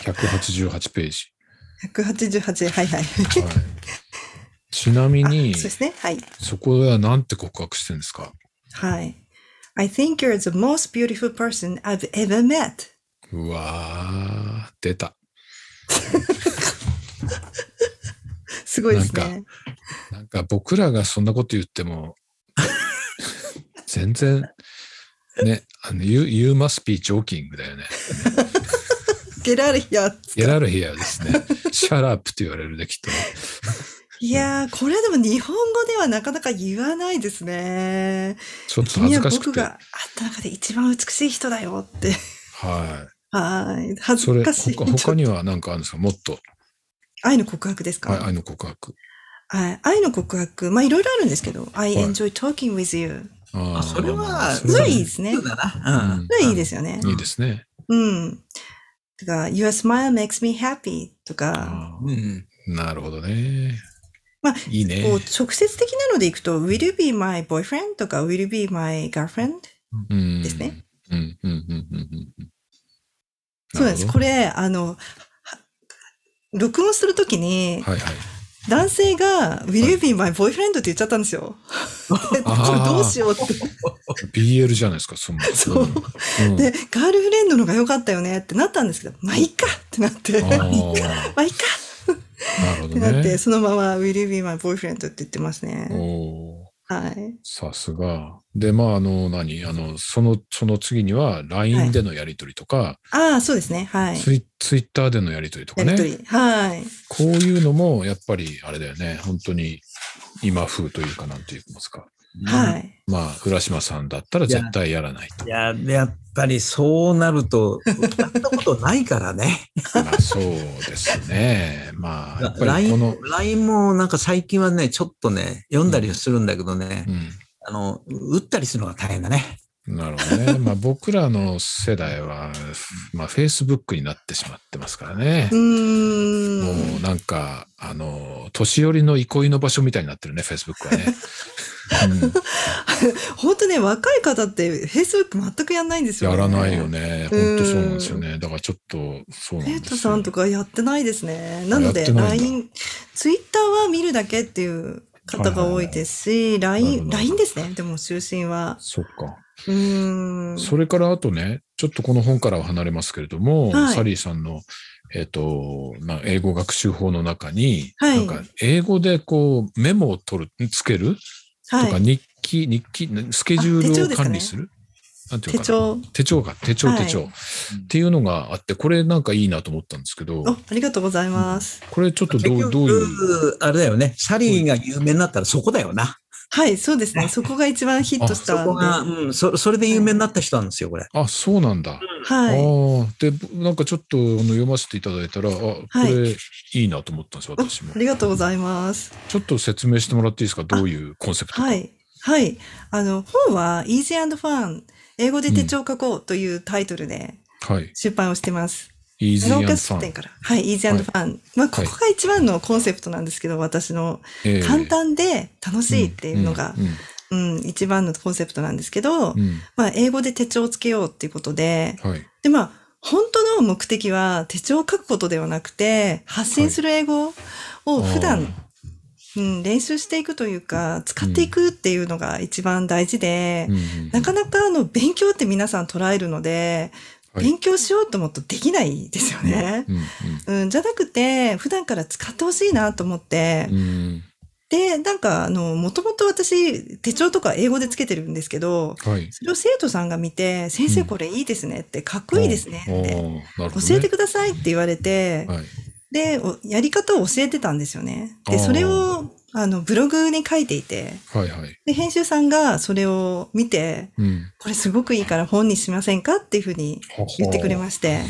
Speaker 2: 188ペー (laughs) ジ。
Speaker 4: 188、はいはい。そ
Speaker 2: はい、ちなみ
Speaker 4: う
Speaker 2: に
Speaker 4: (laughs) で、すね。はい。
Speaker 2: そこではなんて告白してるんですか
Speaker 4: はい。I think you're the most beautiful person I've ever met.
Speaker 2: うわー、出た。
Speaker 4: すごいです
Speaker 2: な
Speaker 4: ね。
Speaker 2: なんか僕らがそんなこと言っても、 (laughs) 全然、ね、あの、you, you must be joking だよね。
Speaker 4: ゲラールヒア。
Speaker 2: ゲラルヒアです
Speaker 4: (laughs)
Speaker 2: ね。シャラップって言われるできっとね。
Speaker 4: いやー、これでも日本語ではなかなか言わないですね。
Speaker 2: ちょっと恥
Speaker 4: 君
Speaker 2: ず
Speaker 4: は
Speaker 2: かしく
Speaker 4: 僕
Speaker 2: て。
Speaker 4: が会った中で一番美しい人だよって。 (laughs)
Speaker 2: は
Speaker 4: はい。
Speaker 2: い。
Speaker 4: 恥
Speaker 2: そ
Speaker 4: ず
Speaker 2: れ、
Speaker 4: かしい。
Speaker 2: 他他には何かあるんですかもっと、
Speaker 4: 愛の告白ですか、
Speaker 2: はい、愛の告白。
Speaker 4: はい愛の告白。まあ、いろいろあるんですけど。I
Speaker 2: はい
Speaker 4: enjoy talking with you.
Speaker 2: あー
Speaker 3: あ、それは、
Speaker 2: そ
Speaker 4: れは
Speaker 3: それ
Speaker 4: いいですね
Speaker 3: そうだな。うん。
Speaker 4: それいいですよね
Speaker 2: い。いですね。
Speaker 4: うん。とか、Your smile makes me happy とか、
Speaker 2: あ
Speaker 3: うん。
Speaker 2: ーなるほどね。
Speaker 4: まあ
Speaker 2: いいね。
Speaker 4: こう直接的なのでいくと、Will you be my boyfriend? とか、Will you be my girlfriend?
Speaker 2: うん
Speaker 4: ですね。
Speaker 2: うん、うん、うん、うんうん。
Speaker 4: そうなんです。
Speaker 2: な
Speaker 4: こ
Speaker 2: る
Speaker 4: れ、あの、は録音するときに、
Speaker 2: ほどはいはい。
Speaker 4: 男性が、Will you be my boyfriend? って言っちゃったんですよ。でこれどうしようって。
Speaker 2: BL じゃないですか、その。
Speaker 4: そう
Speaker 2: うん。
Speaker 4: で、ガールフレンドの方が良かったよねってなったんですけど、まあいいかってなって、
Speaker 2: あ
Speaker 4: (laughs) ま
Speaker 2: ー
Speaker 4: あいいか
Speaker 2: なるほ
Speaker 4: っ
Speaker 2: ど
Speaker 4: てなって、
Speaker 2: ね。
Speaker 4: そのまま Will you be my boyfriend? って言ってますね。
Speaker 2: おー
Speaker 4: はい。
Speaker 2: さすが。で、まあ、あの、何あの、その、その次には、LINE でのやり取りとか、
Speaker 4: ああ、そうですね。はい。
Speaker 2: ツイツイッターでのやり取りとか
Speaker 4: やりと
Speaker 2: ね。
Speaker 4: り。はい。
Speaker 2: こういうのも、やっぱり、あれだよね。本当に、今風というか、なんて言いますか。
Speaker 4: はい。
Speaker 2: まあ、浦島さんだったら絶対やらない
Speaker 4: (laughs)
Speaker 2: と
Speaker 3: い。や、やっぱりそうなると、やったことないからね。
Speaker 2: まあ、そうですね。まあ、やっぱり、こ
Speaker 3: LINE
Speaker 2: の
Speaker 3: も、、LINE もなんか最近はね、ちょっとね、読んだりするんだけどね、
Speaker 2: う
Speaker 3: あの、打ったりするのが大変だね。
Speaker 2: ん。なるほどね。まあ、僕らの世代は、まあ、Facebook になってしまってますからね
Speaker 4: う。ー。
Speaker 2: もうんなんか、あの、年寄りの憩いの場所みたいになってるね、Facebook はね。
Speaker 4: (laughs) 本当ね、若い方って、Facebook 全くやんないんです
Speaker 2: うん、
Speaker 4: よ、
Speaker 2: や
Speaker 4: ね。
Speaker 2: らないよ。ね。ほんとそうなんですよね。だからちょっと、そうなん
Speaker 4: ペ
Speaker 2: で
Speaker 4: ッ
Speaker 2: す
Speaker 4: ト
Speaker 2: よ。
Speaker 4: さんとかやってないですね。なの
Speaker 2: やっ
Speaker 4: で、
Speaker 2: てないんだ
Speaker 4: LINE、Twitter は見るだけっていう方が多いですし、
Speaker 2: はい
Speaker 4: LINE、
Speaker 2: なるほ
Speaker 4: LINE
Speaker 2: ど
Speaker 4: ですね。でも、中心は。
Speaker 2: そっか。
Speaker 4: うーん。
Speaker 2: それからあとね、ちょっとこの本からは離れますけれども、
Speaker 4: はい
Speaker 2: サリーさんの、えっ、と、な英語学習法の中に、
Speaker 4: はい
Speaker 2: なんか英語でこうメモを取る、つけると
Speaker 4: は
Speaker 2: か
Speaker 4: い。
Speaker 2: 日記、日記、スケジュ
Speaker 4: あ手
Speaker 2: ー
Speaker 4: 帳
Speaker 2: ル
Speaker 4: で
Speaker 2: を
Speaker 4: すかね
Speaker 2: 管理するなんていうか
Speaker 4: 手
Speaker 2: な
Speaker 4: 帳。
Speaker 2: 手帳か、手帳
Speaker 4: はい
Speaker 2: 手帳、っていうのがあって、これなんかいいなと思ったんですけど、
Speaker 4: あ、ありがとうございます。
Speaker 2: これちょっとど
Speaker 3: 結
Speaker 2: う、どういう、
Speaker 3: 局、あれだよね、シャリーが有名になったらそこだよな。
Speaker 4: はい、そうですね。そこが一番ヒットし
Speaker 3: そ
Speaker 4: たん
Speaker 3: こ
Speaker 4: で。
Speaker 3: が、うん、そそれで有名になった人なんですよ、これ。
Speaker 2: あ、そうなんだ。ああ
Speaker 4: はい。
Speaker 2: ーで、なんかちょっとあの読ませていただいたら、あ、こ
Speaker 4: はい
Speaker 2: れいいなと思ったんですよ、私も
Speaker 4: あ。りがとうございます。
Speaker 2: ちょっと説明してもらっていいですかどういうコンセプトか。
Speaker 4: はい。はい。あの、本は Easy and Fun 英語で手帳を書こうというタイトルで
Speaker 2: はい。
Speaker 4: 出版をしてます。
Speaker 2: イージ
Speaker 4: 長
Speaker 2: ーア
Speaker 4: 岡
Speaker 2: ンさ
Speaker 4: 書
Speaker 2: ん。
Speaker 4: 店から。はい、イージーファン。まあ、ここが一番のコンセプトなんですけど、私の
Speaker 2: ええ
Speaker 4: 簡単で楽しいっていうのが、
Speaker 2: う
Speaker 4: うん、一番のコンセプトなんですけど、
Speaker 2: んうんうん
Speaker 4: まあ、英語で手帳をつけようっていうことで、
Speaker 2: はい。
Speaker 4: で、まあ、本当の目的は手帳を書くことではなくて、発信する英語を普段、うん、練習していくというか、使っていくっていうのが一番大事で、
Speaker 2: うんうん
Speaker 4: なかなかあの、勉強って皆さん捉えるので、
Speaker 2: はい
Speaker 4: 勉強しようと思うとできないですよね。
Speaker 2: うん
Speaker 4: うん、じゃなくて、普段から使ってほしいなと思って、
Speaker 2: うんうん
Speaker 4: で、なんか、あの、もともと私、手帳とか英語でつけてるんですけど、
Speaker 2: はい。
Speaker 4: それを生徒さんが見て、先生
Speaker 2: うん
Speaker 4: これいいですねって、かっこいいですねって、
Speaker 2: ああなるほどね
Speaker 4: 教えてくださいって言われて、
Speaker 2: はい。
Speaker 4: で、おやり方を教えてたんですよね。
Speaker 2: あ
Speaker 4: で、
Speaker 2: ー
Speaker 4: それを、あの、ブログに書いていて、
Speaker 2: はいはい。
Speaker 4: で、編集さんがそれを見て、
Speaker 2: うん。
Speaker 4: これすごくいいから本にしませんかっていうふうに言ってくれ
Speaker 2: す。
Speaker 4: まして。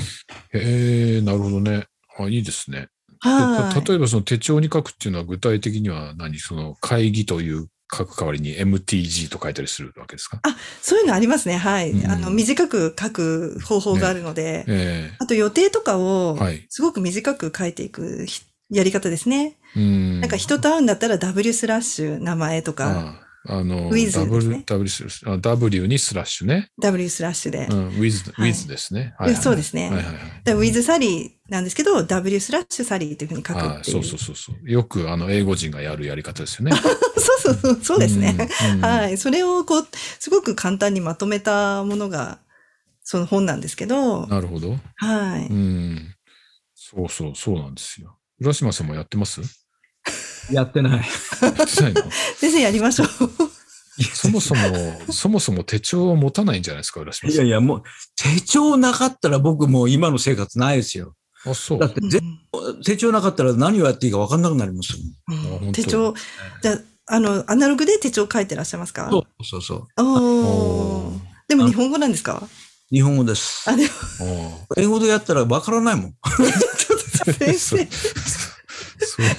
Speaker 2: へえ、なるほどね。あ、いいですね。
Speaker 4: は
Speaker 2: で
Speaker 4: い。
Speaker 2: 例えばその手帳に書くっていうのは具体的には何その会議という書く代わりに MTG と書いたりするわけですか
Speaker 4: そういうのありますね。はい。
Speaker 2: うん
Speaker 4: あの、短く書く方法があるので、
Speaker 2: え
Speaker 4: あと予定とか
Speaker 2: え
Speaker 4: を、
Speaker 2: はい。
Speaker 4: すごく短く書いていくひやり方ですね。
Speaker 2: うん。
Speaker 4: なんか人と会うんだったら W スラッシュ名前とか、
Speaker 2: あああの、
Speaker 4: with ですね
Speaker 2: W, w スラッシュあ W にスラッシュね。
Speaker 4: W スラッシュで
Speaker 2: う。ん、with,
Speaker 4: はい
Speaker 2: with ですね。
Speaker 4: いやそうですね
Speaker 2: はいはいはい。
Speaker 4: で With サリーなんですけど、W スラッシュサリーというふうに書く
Speaker 2: ああ
Speaker 4: ってい。
Speaker 2: そううそうそうそう。よくあの英語人がやるやり方ですよね。
Speaker 4: そうそうそう、 (laughs) そうですね。
Speaker 2: うん。うん
Speaker 4: はい。それをこう、すごく簡単にまとめたものが、その本なんですけど、
Speaker 2: なるほど。
Speaker 4: は
Speaker 2: う
Speaker 4: い。
Speaker 2: ん。そうそう、そうなんですよ。浦島さんもやってます
Speaker 4: (laughs)
Speaker 3: やってない。
Speaker 2: やってないの
Speaker 4: 先生やりましょう。
Speaker 2: そもそも、そもそも手帳を持たないんじゃないですか、浦島
Speaker 3: い
Speaker 2: さ
Speaker 3: や
Speaker 2: ん。
Speaker 3: いや、もう、手帳なかったら僕もう今の生活ないですよ。
Speaker 2: あ、そう
Speaker 3: だ。って、
Speaker 4: うん
Speaker 3: ぜ手帳なかったら何をやっていいか分かんなくなりますよ。
Speaker 2: 本当
Speaker 4: 手帳、じゃあ、あの、アナログで手帳書いてらっしゃいますか
Speaker 3: そうそうそう。
Speaker 4: おー。でも日本語なんですか
Speaker 3: 日本語です
Speaker 4: あ、。でも
Speaker 2: ああ
Speaker 3: 英語でやったら分からないもん。
Speaker 4: ちょっと先
Speaker 2: (laughs) そ
Speaker 4: 生
Speaker 2: う。それは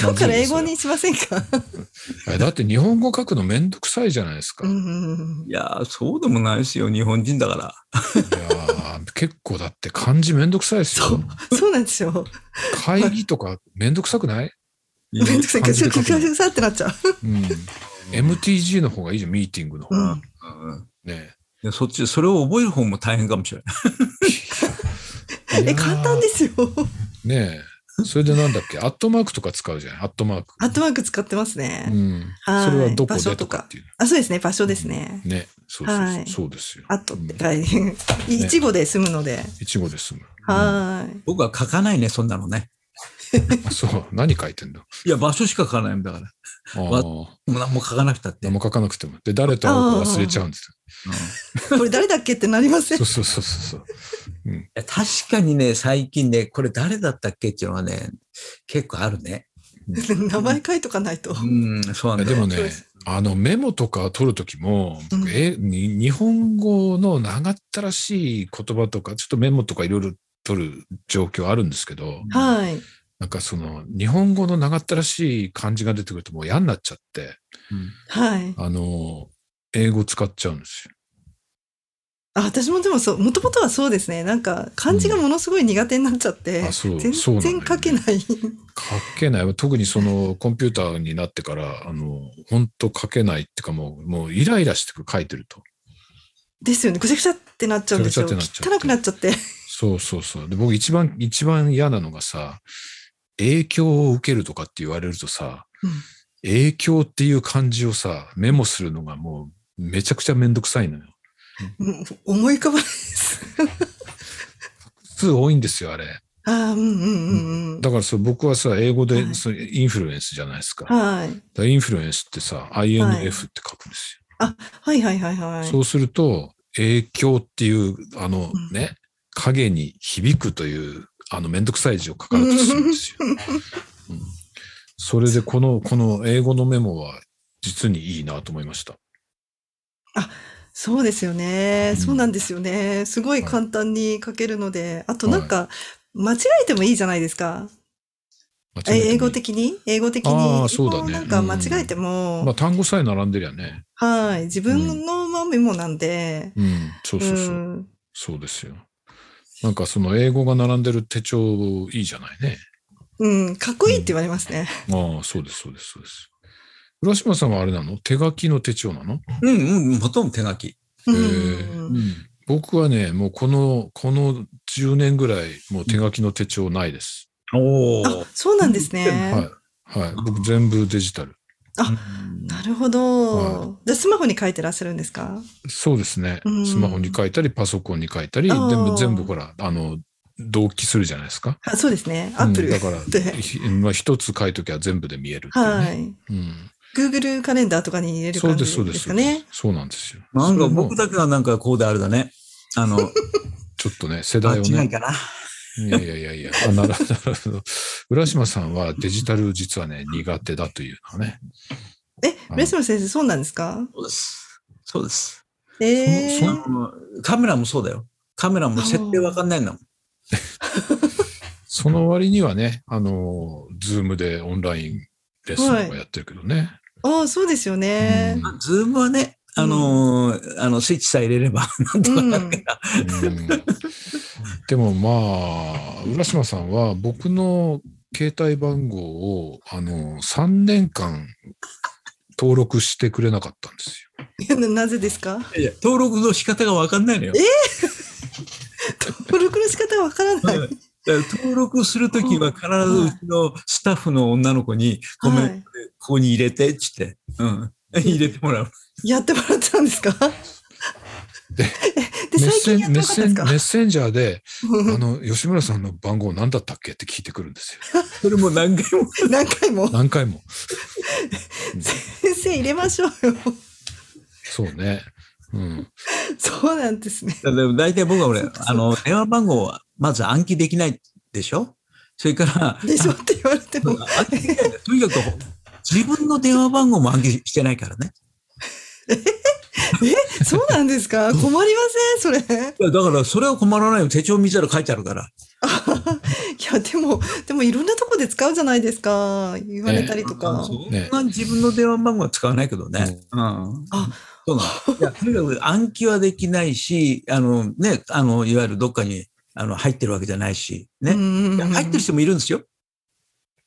Speaker 4: 今日から英語。
Speaker 2: まずいで
Speaker 4: にしませんか
Speaker 2: すよえだって日本語書くのめんどくさいじゃないですか。
Speaker 4: う
Speaker 2: い
Speaker 4: んうん
Speaker 3: いやー、そうでもないですよ。日本人だから。
Speaker 2: やー結構だって漢字めんどくさいです
Speaker 4: そ
Speaker 2: よ
Speaker 4: う。うんそうなんですよ。
Speaker 2: 会議とかめんどくさくない、
Speaker 4: めんどくさい
Speaker 2: 感じで書くの
Speaker 4: ちょっとぐさってなっちゃう。
Speaker 2: うん、?MTG の方がいいじゃん、ミーティングの方
Speaker 4: う
Speaker 2: が
Speaker 4: ん
Speaker 3: うん
Speaker 2: ね。
Speaker 3: いやそっち、それを覚える方も大変かもしれない。
Speaker 4: え、簡単ですよ。
Speaker 2: す。ねえそれでなんだっけ、アットマークとか使うじゃん、アットマーク。
Speaker 4: アットマーク使ってます
Speaker 2: う
Speaker 4: ね。
Speaker 2: ん。
Speaker 4: は
Speaker 2: そ
Speaker 4: い
Speaker 2: れはどこでとかっていう。
Speaker 4: あ、そうですね。場所ですね。
Speaker 2: ね。そうそうそう,、
Speaker 4: はい
Speaker 2: そうですよ。
Speaker 4: あとって
Speaker 2: うん
Speaker 4: 大変。いちごで済むので。
Speaker 2: いちごで済む。
Speaker 4: は
Speaker 3: 僕は書かないね、そんなのね。
Speaker 2: あそう、 (laughs) 何書いてんだ
Speaker 3: いや、場所しか書かないんだから。
Speaker 2: あ
Speaker 3: わ
Speaker 2: あ。
Speaker 3: もう何も書かなくたって。
Speaker 2: 何も書かなくても。で、誰と会うか忘れちゃうんです
Speaker 3: うん
Speaker 4: い。これ誰だっけってなりませ
Speaker 2: よ。
Speaker 4: ん
Speaker 2: そ。うそうそうそう。
Speaker 4: (laughs)
Speaker 3: いや確かにね、最近ね、これ誰だったっけっていうのはね、結構あるね。
Speaker 4: 名前書いとかないと。
Speaker 3: うん、そう
Speaker 2: いや
Speaker 3: なんだ
Speaker 2: で
Speaker 3: よ。
Speaker 2: も
Speaker 4: そう
Speaker 2: ね
Speaker 4: です、
Speaker 2: あのメモとか取るときも、
Speaker 4: うん
Speaker 2: 僕えに日本語の長ったらしい言葉とか、ちょっとメモとかいろいろ取る状況あるんですけど、
Speaker 4: はい。
Speaker 2: なんかその日本語の長ったらしい漢字が出てくるともう嫌になっちゃって、
Speaker 3: うん
Speaker 4: はい。
Speaker 2: あの、英語使っちゃうんですよ。
Speaker 4: あ、私もでもそう、もともとはそうですね。なんか、漢字がものすごい苦手になっちゃって
Speaker 2: あ、。そう、
Speaker 4: 全
Speaker 2: そうなんだよ
Speaker 4: 然
Speaker 2: ね
Speaker 4: 書けない。
Speaker 2: 書けない。特にそのコンピューターになってから、あの、本当書けないっていうかもう、もうイライラしてくる、書いてると。
Speaker 4: ですよね。ぐちゃぐちゃってなっちゃうんですよ。
Speaker 2: ぐちゃぐちゃってなっちゃう
Speaker 4: 汚くなっちゃって。
Speaker 2: そうそうそう。で、僕一番、一番嫌なのがさ、影響を受けるとかって言われるとさ、
Speaker 4: うん
Speaker 2: 影響っていう漢字をさ、メモするのがもうめちゃくちゃめんどくさいのよ。
Speaker 4: うん思い浮かばないです。 (laughs)
Speaker 2: 数多いんですよ、あれ。
Speaker 4: ああ、うんうんうんうん。
Speaker 2: だからそう僕はさ、英語で、
Speaker 4: はい
Speaker 2: そうインフルエンスじゃないですか。だか
Speaker 4: はい。
Speaker 2: らインフルエンスってさ、INF って書くんですよ。
Speaker 4: はいはいはいはい。
Speaker 2: そうすると、影響っていう、あの
Speaker 4: うん
Speaker 2: ね、影に響くという、あの、めんどくさい字を書かなくするん
Speaker 4: (laughs)
Speaker 2: ですよ。うんそれで、この、この英語のメモは、実にいいなと思いました。
Speaker 4: そうですよね。
Speaker 2: うん
Speaker 4: そうなんですよね。すごい簡単に書けるので。あとなんか、間違えてもいいじゃないですか。え
Speaker 2: 間違えてもいい
Speaker 4: 英語。的に英語的に。
Speaker 2: あーそうだね
Speaker 4: なんか
Speaker 2: うん
Speaker 4: 間違えても、
Speaker 2: まあ、単語さえ並んでりゃね。
Speaker 4: はい。自分のまあメモなんで、
Speaker 2: うん、そう
Speaker 4: う
Speaker 2: そうそう。
Speaker 4: ん。
Speaker 2: そうですよ。なんかその英語が並んでる手帳いいじゃないね。
Speaker 4: うん、かっこいいって言われますね。
Speaker 2: ああ、そうです、そうです、そうです。浦島さんはあれなの手書きの手帳なの、
Speaker 3: うんうん、ほとんど手書き。
Speaker 4: う
Speaker 2: へ
Speaker 4: ん。
Speaker 2: 僕はね、もうこの、この10年ぐらい、もう手書きの手帳ないです。
Speaker 3: お
Speaker 4: あ、そうなんですね。
Speaker 2: はい。はい。僕全部デジタル。
Speaker 4: なるほ
Speaker 2: は
Speaker 4: ど。じゃあスマホに書いてらっしゃるんですか
Speaker 2: そうですね
Speaker 4: う。ん
Speaker 2: スマホに書いたり、パソコンに書いたり、で
Speaker 4: あー
Speaker 2: も全部ほら、あの、同期するじゃないですか。
Speaker 4: あそうですね。アップル。
Speaker 2: う
Speaker 4: で
Speaker 2: んだから、ひまあ、一つ書いときゃ全部で見えるっていうね
Speaker 4: はい。
Speaker 2: うん。
Speaker 4: Google カレンダーとかに入れる
Speaker 2: そう
Speaker 4: 感
Speaker 2: で
Speaker 4: じ
Speaker 2: す、そうで。
Speaker 4: です
Speaker 2: そ
Speaker 4: すか
Speaker 2: うです
Speaker 4: ね。
Speaker 2: そうなんですよ。
Speaker 3: なんか
Speaker 2: それも
Speaker 3: 僕だけはなんかこうであれだね。あの、
Speaker 2: ちょっとね、世代
Speaker 3: 間
Speaker 2: を
Speaker 3: 違い
Speaker 2: ね。
Speaker 3: かな。
Speaker 2: いやいやいやいや、あなるほどなるほど。浦島さんはデジタル実はね、苦手だというのはね。
Speaker 4: え、
Speaker 2: うん
Speaker 4: レスマ先生、そうなんですか
Speaker 3: そうです。そうです。
Speaker 4: ええ
Speaker 2: そ
Speaker 3: あのカメラもそうだよ。カメラも設定わかんないんだもん。
Speaker 2: その割にはね、あの、ズームでオンラインレッスンとかやってるけどね。
Speaker 4: ああ、そうですよね。
Speaker 2: うん
Speaker 3: ズームはね、あのーあの、スイッチさえ入れれ
Speaker 4: (laughs)
Speaker 3: ば、なんとかなるから。
Speaker 2: うんでもまあ、浦島さんは僕の携帯番号を、あの、3年間登録してくれなかったんですよ。
Speaker 4: いやななぜですか
Speaker 3: いや登録の仕方がわかんないのよ。
Speaker 4: 登録の仕方がわからな
Speaker 2: (laughs)
Speaker 4: い。
Speaker 3: うんだから登録するときは必ずうちのスタッフの女の子に、ごめん、
Speaker 4: は
Speaker 3: こ
Speaker 4: い
Speaker 3: こに入れて、っつって、うん、入れてもらう。
Speaker 4: やってもらったんですか
Speaker 2: (laughs) で
Speaker 4: (laughs) えで、
Speaker 2: メッ
Speaker 4: 最
Speaker 2: セ
Speaker 4: 近や
Speaker 2: ン
Speaker 4: って
Speaker 2: メッ
Speaker 4: なかっ
Speaker 2: センメ
Speaker 4: たんですか
Speaker 2: ッセンジャーで、
Speaker 4: う
Speaker 2: あの、吉村さんの番号何だったっけって聞いてくるんですよ。
Speaker 3: それも何回も。
Speaker 4: (laughs) ん何回も。
Speaker 2: 何回も。
Speaker 4: 先生入れましょうよ。 (laughs)
Speaker 2: そうね。うん。
Speaker 4: そうなんですね。
Speaker 3: だから大体僕は俺
Speaker 4: そっかそっ、か
Speaker 3: あの、電話番号はまず暗記できないでしょそれから、
Speaker 4: でしょって言われても。
Speaker 3: あとにかく、自分の電話番号も暗記してないからね。
Speaker 4: え、そうなんですか困りませんそれ。い
Speaker 3: いやだから、それは困らないよ。手帳見たら書いてあるから。
Speaker 4: や、でも、でもいろんなとこで使うじゃないですか。言われたりとか。
Speaker 3: そんな自分の電話番号は使わないけどね。うん。
Speaker 4: あ
Speaker 3: そうなの。いや、とにかく暗記はできないし、あの、ね、あの、いわゆるどっかに、あの、入ってるわけじゃないし、ね。
Speaker 4: うんうんうん
Speaker 3: 入ってる人もいるんですよ。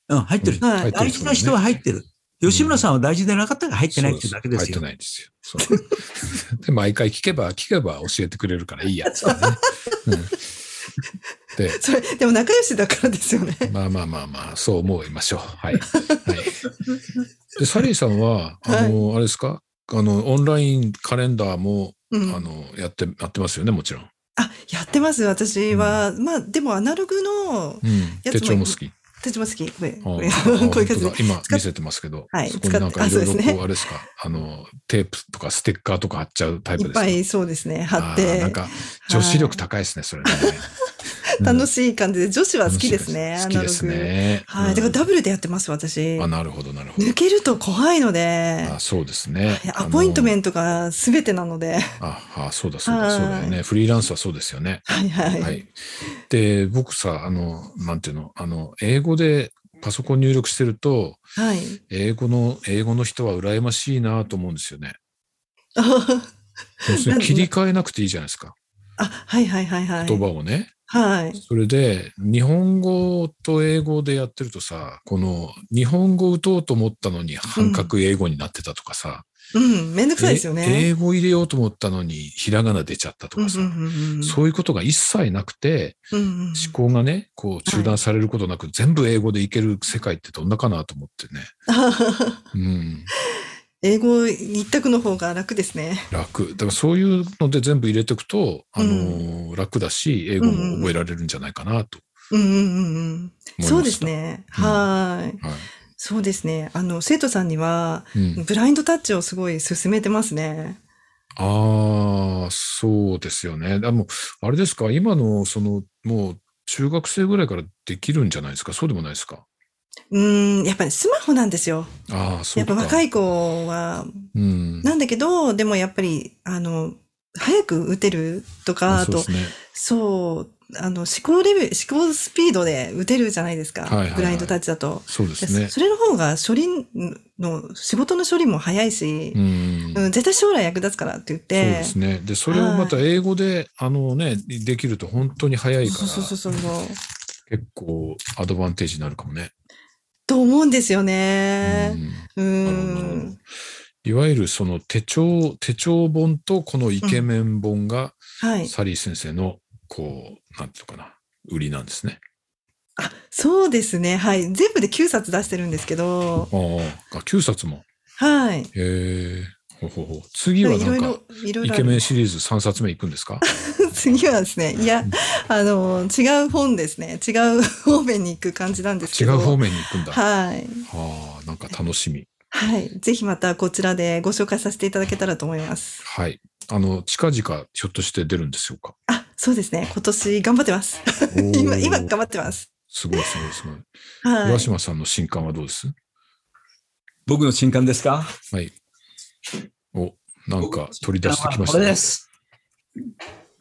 Speaker 3: うん、入ってる人。
Speaker 4: はい
Speaker 3: 大事な人は入ってる。吉村さんは大事でなかったから入ってないっていうだけですよ。
Speaker 2: 入ってないんですよ。そうで、毎回聞けば、聞けば教えてくれるからいいや。
Speaker 3: (laughs)
Speaker 2: うんで、
Speaker 4: それ、でも仲良しだからですよね。
Speaker 2: まあまあまあまあ、そう思いましょう。はい。はい、で、サリーさんは、あの、あれですかあの、オンラインカレンダーも、
Speaker 4: うん
Speaker 2: あの、やって、やってますよね、もちろん。
Speaker 4: あ、やってます、私は。まあ、でもアナログの
Speaker 2: うん、
Speaker 4: やつも
Speaker 2: 手帳も好き。
Speaker 4: 手帳も好き。これ、
Speaker 2: ああ
Speaker 4: これ、 (laughs) こう
Speaker 2: 本
Speaker 4: いう感
Speaker 2: 当
Speaker 4: じ
Speaker 2: だ
Speaker 4: で。
Speaker 2: 今
Speaker 4: 使っ
Speaker 2: 見せてますけど、
Speaker 4: はい
Speaker 2: そこになんかい
Speaker 4: 使
Speaker 2: ろ
Speaker 4: っ
Speaker 2: いろ
Speaker 4: てあそうですね
Speaker 2: こう、あれですか、あの、テープとかステッカーとか貼っちゃうタイプ
Speaker 4: い
Speaker 2: で
Speaker 4: っ
Speaker 2: すか
Speaker 4: ぱいそうですね、貼っ
Speaker 2: あー
Speaker 4: て
Speaker 2: なん。か、女子力高いですね、それね。うん
Speaker 4: 楽しい感じで、女子は (laughs) 好きですね、
Speaker 2: 好きですね。
Speaker 4: アナログ。はい。だからダブルでやってます、私。
Speaker 2: あ、なるほど、なるほど
Speaker 4: 抜。けると怖いので、
Speaker 2: あそうですね。
Speaker 4: アポイントメ
Speaker 2: ン
Speaker 4: ントが全てなので、
Speaker 2: ああ、そうだ、そうだ、
Speaker 4: はい
Speaker 2: そうだよね。フリーランスはそうですよね。
Speaker 4: はいはい。
Speaker 2: はい。で、僕さ、あの、なんていうの、あの、英語でパソコン入力してると、
Speaker 4: はい。
Speaker 2: 英語の、英語の人は羨ましいなと思うんですよね。
Speaker 4: あは
Speaker 2: 要するに切り替えなくていいじゃないですか。
Speaker 4: あはいはいはいはい。
Speaker 2: 言葉をね。
Speaker 4: はい。
Speaker 2: それで、日本語と英語でやってるとさ、この、日本語打とうと思ったのに半角英語になってたとかさ、
Speaker 4: うん、めんどくさいですよ
Speaker 2: え
Speaker 4: ね。
Speaker 2: 英語入れようと思ったのに、ひらがな出ちゃったと
Speaker 4: うんう
Speaker 2: か
Speaker 4: ん
Speaker 2: さ、
Speaker 4: うんうん
Speaker 2: そういうことが一切なくて、
Speaker 4: うんうん
Speaker 2: 思考がね、こう中断されることなく、全部英語でいける世界ってどんなかなと思ってね。 (laughs) うん、
Speaker 4: 英語一択の方が楽ですね。
Speaker 2: 楽。だからそういうので全部入れていくと、あのー楽だし、英語も覚えられるんじゃないかなと
Speaker 4: うんうんうんうん。
Speaker 2: 思いました。
Speaker 4: そうです。ね。
Speaker 2: うん
Speaker 4: はい。
Speaker 2: は
Speaker 4: そうですね。あの、生徒さんには、
Speaker 2: い。うん、
Speaker 4: ブラインドタッチをすごい勧めてますね。
Speaker 2: ああ、そうですよね。でも、あれですか、今の、その、もう、中学生ぐらいからできるんじゃないですかそうでもないですか
Speaker 4: うん、やっぱりスマホなんですよ。
Speaker 2: ああ、そ
Speaker 4: や
Speaker 2: う
Speaker 4: っ
Speaker 2: か。
Speaker 4: ぱ若
Speaker 2: い。
Speaker 4: い子は、
Speaker 2: うん。
Speaker 4: なんだけど、でもやっぱり、あの、早く打てるとか、あ
Speaker 2: そうで
Speaker 4: と
Speaker 2: す、ね。
Speaker 4: そう、あの思考レベル、思考スピードで打てるじゃないですか。
Speaker 2: はいはいはい
Speaker 4: グラインドタッチだと。
Speaker 2: そうですね
Speaker 4: そ。れの方が処理の、仕事の処理も早いし、
Speaker 2: うん
Speaker 4: うん、絶対将来役立つからって言っ
Speaker 2: そう
Speaker 4: て
Speaker 2: で。すね。で、それをまた英語で、あのね、できると本当に早いか
Speaker 4: そう
Speaker 2: ら、
Speaker 4: そうそうそうそう。
Speaker 2: 結構アドバンテージになるかもね。
Speaker 4: と思うんですよ
Speaker 2: う
Speaker 4: ね。
Speaker 2: ん
Speaker 4: う
Speaker 2: なるほどなる
Speaker 4: ん。
Speaker 2: いわゆるその手帳、手帳本とこのイケメン本が、
Speaker 4: はい。
Speaker 2: サリー先生の、こう、なんていうのかな、売りなんですね。
Speaker 4: あ、そうですね。はい。全部で9冊出してるんですけど、
Speaker 2: ああ、9冊も。
Speaker 4: はい。
Speaker 2: へえ。ほほほ。次
Speaker 4: いろ
Speaker 2: はいなんか
Speaker 4: ろ、、いろい
Speaker 2: イ
Speaker 4: ろあ
Speaker 2: ケ
Speaker 4: る。
Speaker 2: メンシリーズ3冊目いくんですか
Speaker 4: (laughs) 次はですね、いや、あの、違う本ですね。違う (laughs) 方面に行く感じなんです
Speaker 2: 違
Speaker 4: けど。
Speaker 2: う方面に行くんだ。あ
Speaker 4: はい。
Speaker 2: あ、なんか楽しみ。
Speaker 4: はい。ぜひまたこちらでご紹介させていただけたらと思います。
Speaker 2: はい。あの、近々、ひょっとして出るんでしょうか。
Speaker 4: あ、そうですね。今年頑張ってます。 (laughs) 今、今頑張ってます。
Speaker 2: すごいすごいすごい。
Speaker 4: (laughs) はい
Speaker 2: 浦。島さんの新刊はどうです
Speaker 3: 僕の新刊ですか
Speaker 2: はい。お、なんか取り出してきまし
Speaker 3: こ
Speaker 2: た
Speaker 3: れ
Speaker 2: ね、
Speaker 3: です。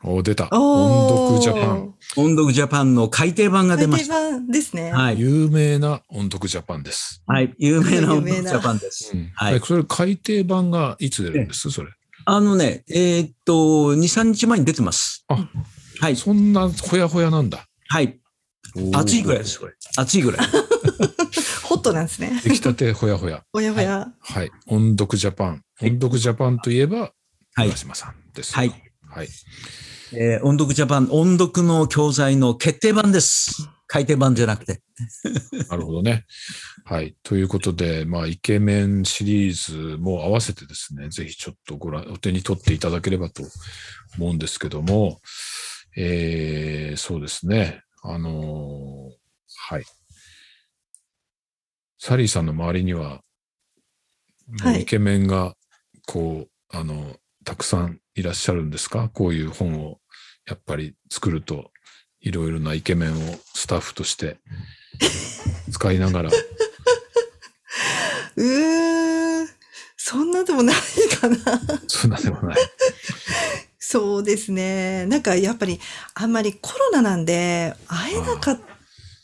Speaker 2: お、出た。
Speaker 4: おー
Speaker 2: 音読ジャパン。。
Speaker 3: 音読ジャパンの改訂版が出ま
Speaker 4: 定
Speaker 3: した。
Speaker 4: 版ですね。
Speaker 3: はい。
Speaker 2: 有名な音読ジャパンです。
Speaker 3: はい。有名な
Speaker 4: 有
Speaker 3: 音読
Speaker 4: 名
Speaker 3: ジ
Speaker 4: な
Speaker 3: ャパンです。
Speaker 2: うん
Speaker 3: はい
Speaker 2: えそれ改訂版がいつ出るんですそれ。
Speaker 3: あのね、えーっと、2、3日前に出てます。
Speaker 2: あ
Speaker 3: はい。
Speaker 2: そんなほやほやなんだ。
Speaker 3: はい。
Speaker 2: おー
Speaker 3: 暑いぐらいです、これ。暑いぐらい。
Speaker 4: ホットなんですね。
Speaker 2: 出来たてほやほや。
Speaker 4: おやおや。
Speaker 2: はい。音読ジャパン。
Speaker 3: い
Speaker 2: 音読ジャパンといえば、
Speaker 3: はい
Speaker 2: 浦島さんです。
Speaker 3: はい。
Speaker 2: はい。
Speaker 3: えー音読ジャパン、音読の教材の決定版です。改訂版じゃなくて。
Speaker 2: なるほどね。はい。ということで、まあ、イケメンシリーズも合わせてですね、ぜひちょっとご覧、お手に取っていただければと思うんですけども、えー、そうですね。あのーはい。サリーさんの周りには、も
Speaker 4: は
Speaker 2: う
Speaker 4: い
Speaker 2: イケメンが、こう、あの、たくさんいらっしゃるんですかこういう本を、やっぱり作ると、いろいろなイケメンをスタッフとして使いながら、
Speaker 4: うーん。そんなでもないかな。
Speaker 2: そんなでも
Speaker 4: (laughs)
Speaker 2: ない。
Speaker 4: そうですね。なんかやっぱり、あんまりコロナなんで、会えなかっ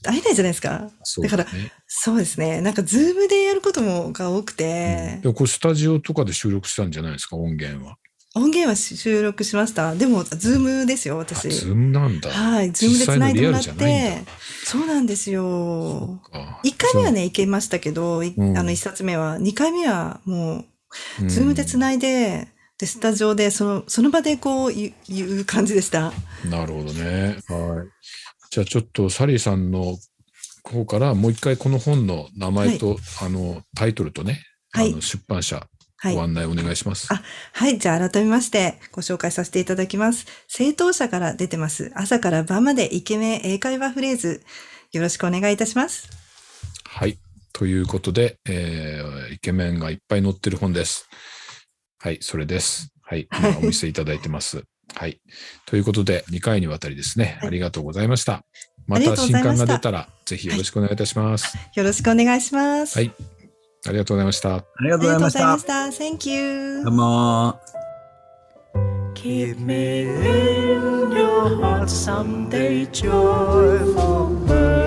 Speaker 4: た、会えないじゃないですか。
Speaker 2: そ
Speaker 4: だから
Speaker 2: ね。
Speaker 4: そうですね。なんかズームでやることもが多く
Speaker 2: うん
Speaker 4: て
Speaker 2: で、もこれスタジオとかで収録したんじゃないですか、音源は。
Speaker 4: 音源は収録しました。でも、ズームですよ、
Speaker 2: あ
Speaker 4: 私。
Speaker 2: ズームなんだ。
Speaker 4: はい、ズームで繋いでもらっ
Speaker 2: 実際のリアルじゃな
Speaker 4: て、そうなんですよ。
Speaker 2: あ
Speaker 4: 1回目はね、行けましたけど、い
Speaker 2: うん
Speaker 4: あの、1冊目は、2回目はも、
Speaker 2: そうう、
Speaker 4: ズームでつ
Speaker 2: い
Speaker 4: ないで、で、スタジオで、その、その場でこう、言う言う感じでした。
Speaker 2: なるほどね。はい。じゃあちょっとサリーさんの方からもう一回この本の名前と、あのタイトルとね、
Speaker 4: はい
Speaker 2: あの出版社
Speaker 4: はい。
Speaker 2: ご案内お願いします。
Speaker 4: あはい。じゃあ改めましてご紹介させていただきます。正当者から出てます。朝から晩までイケメン英会話フレーズ。よろしくお願いいたします。
Speaker 2: はい。ということで、えーイケメンがいっぱい載ってる本です。はい、それです。はい。今お見せいただいてます。 (laughs) はい。ということで、2回にわたりですね、
Speaker 4: はい
Speaker 2: ありがとうございました。ま
Speaker 4: あり
Speaker 2: た
Speaker 4: がとう
Speaker 2: 新
Speaker 4: ございま
Speaker 2: 刊
Speaker 4: した
Speaker 2: が出たら、ぜひよろしくお願いいたします。
Speaker 4: よろしくお願いします。
Speaker 2: はいありがとうございました。
Speaker 3: ありが
Speaker 4: あ
Speaker 3: と
Speaker 4: り
Speaker 3: うご
Speaker 4: が
Speaker 3: ざ
Speaker 4: と
Speaker 3: いう
Speaker 4: ご
Speaker 3: まし
Speaker 4: ざい
Speaker 3: た
Speaker 4: まし。た。Thank you.
Speaker 3: どうも。
Speaker 1: Keep me in your heart someday, joyful world.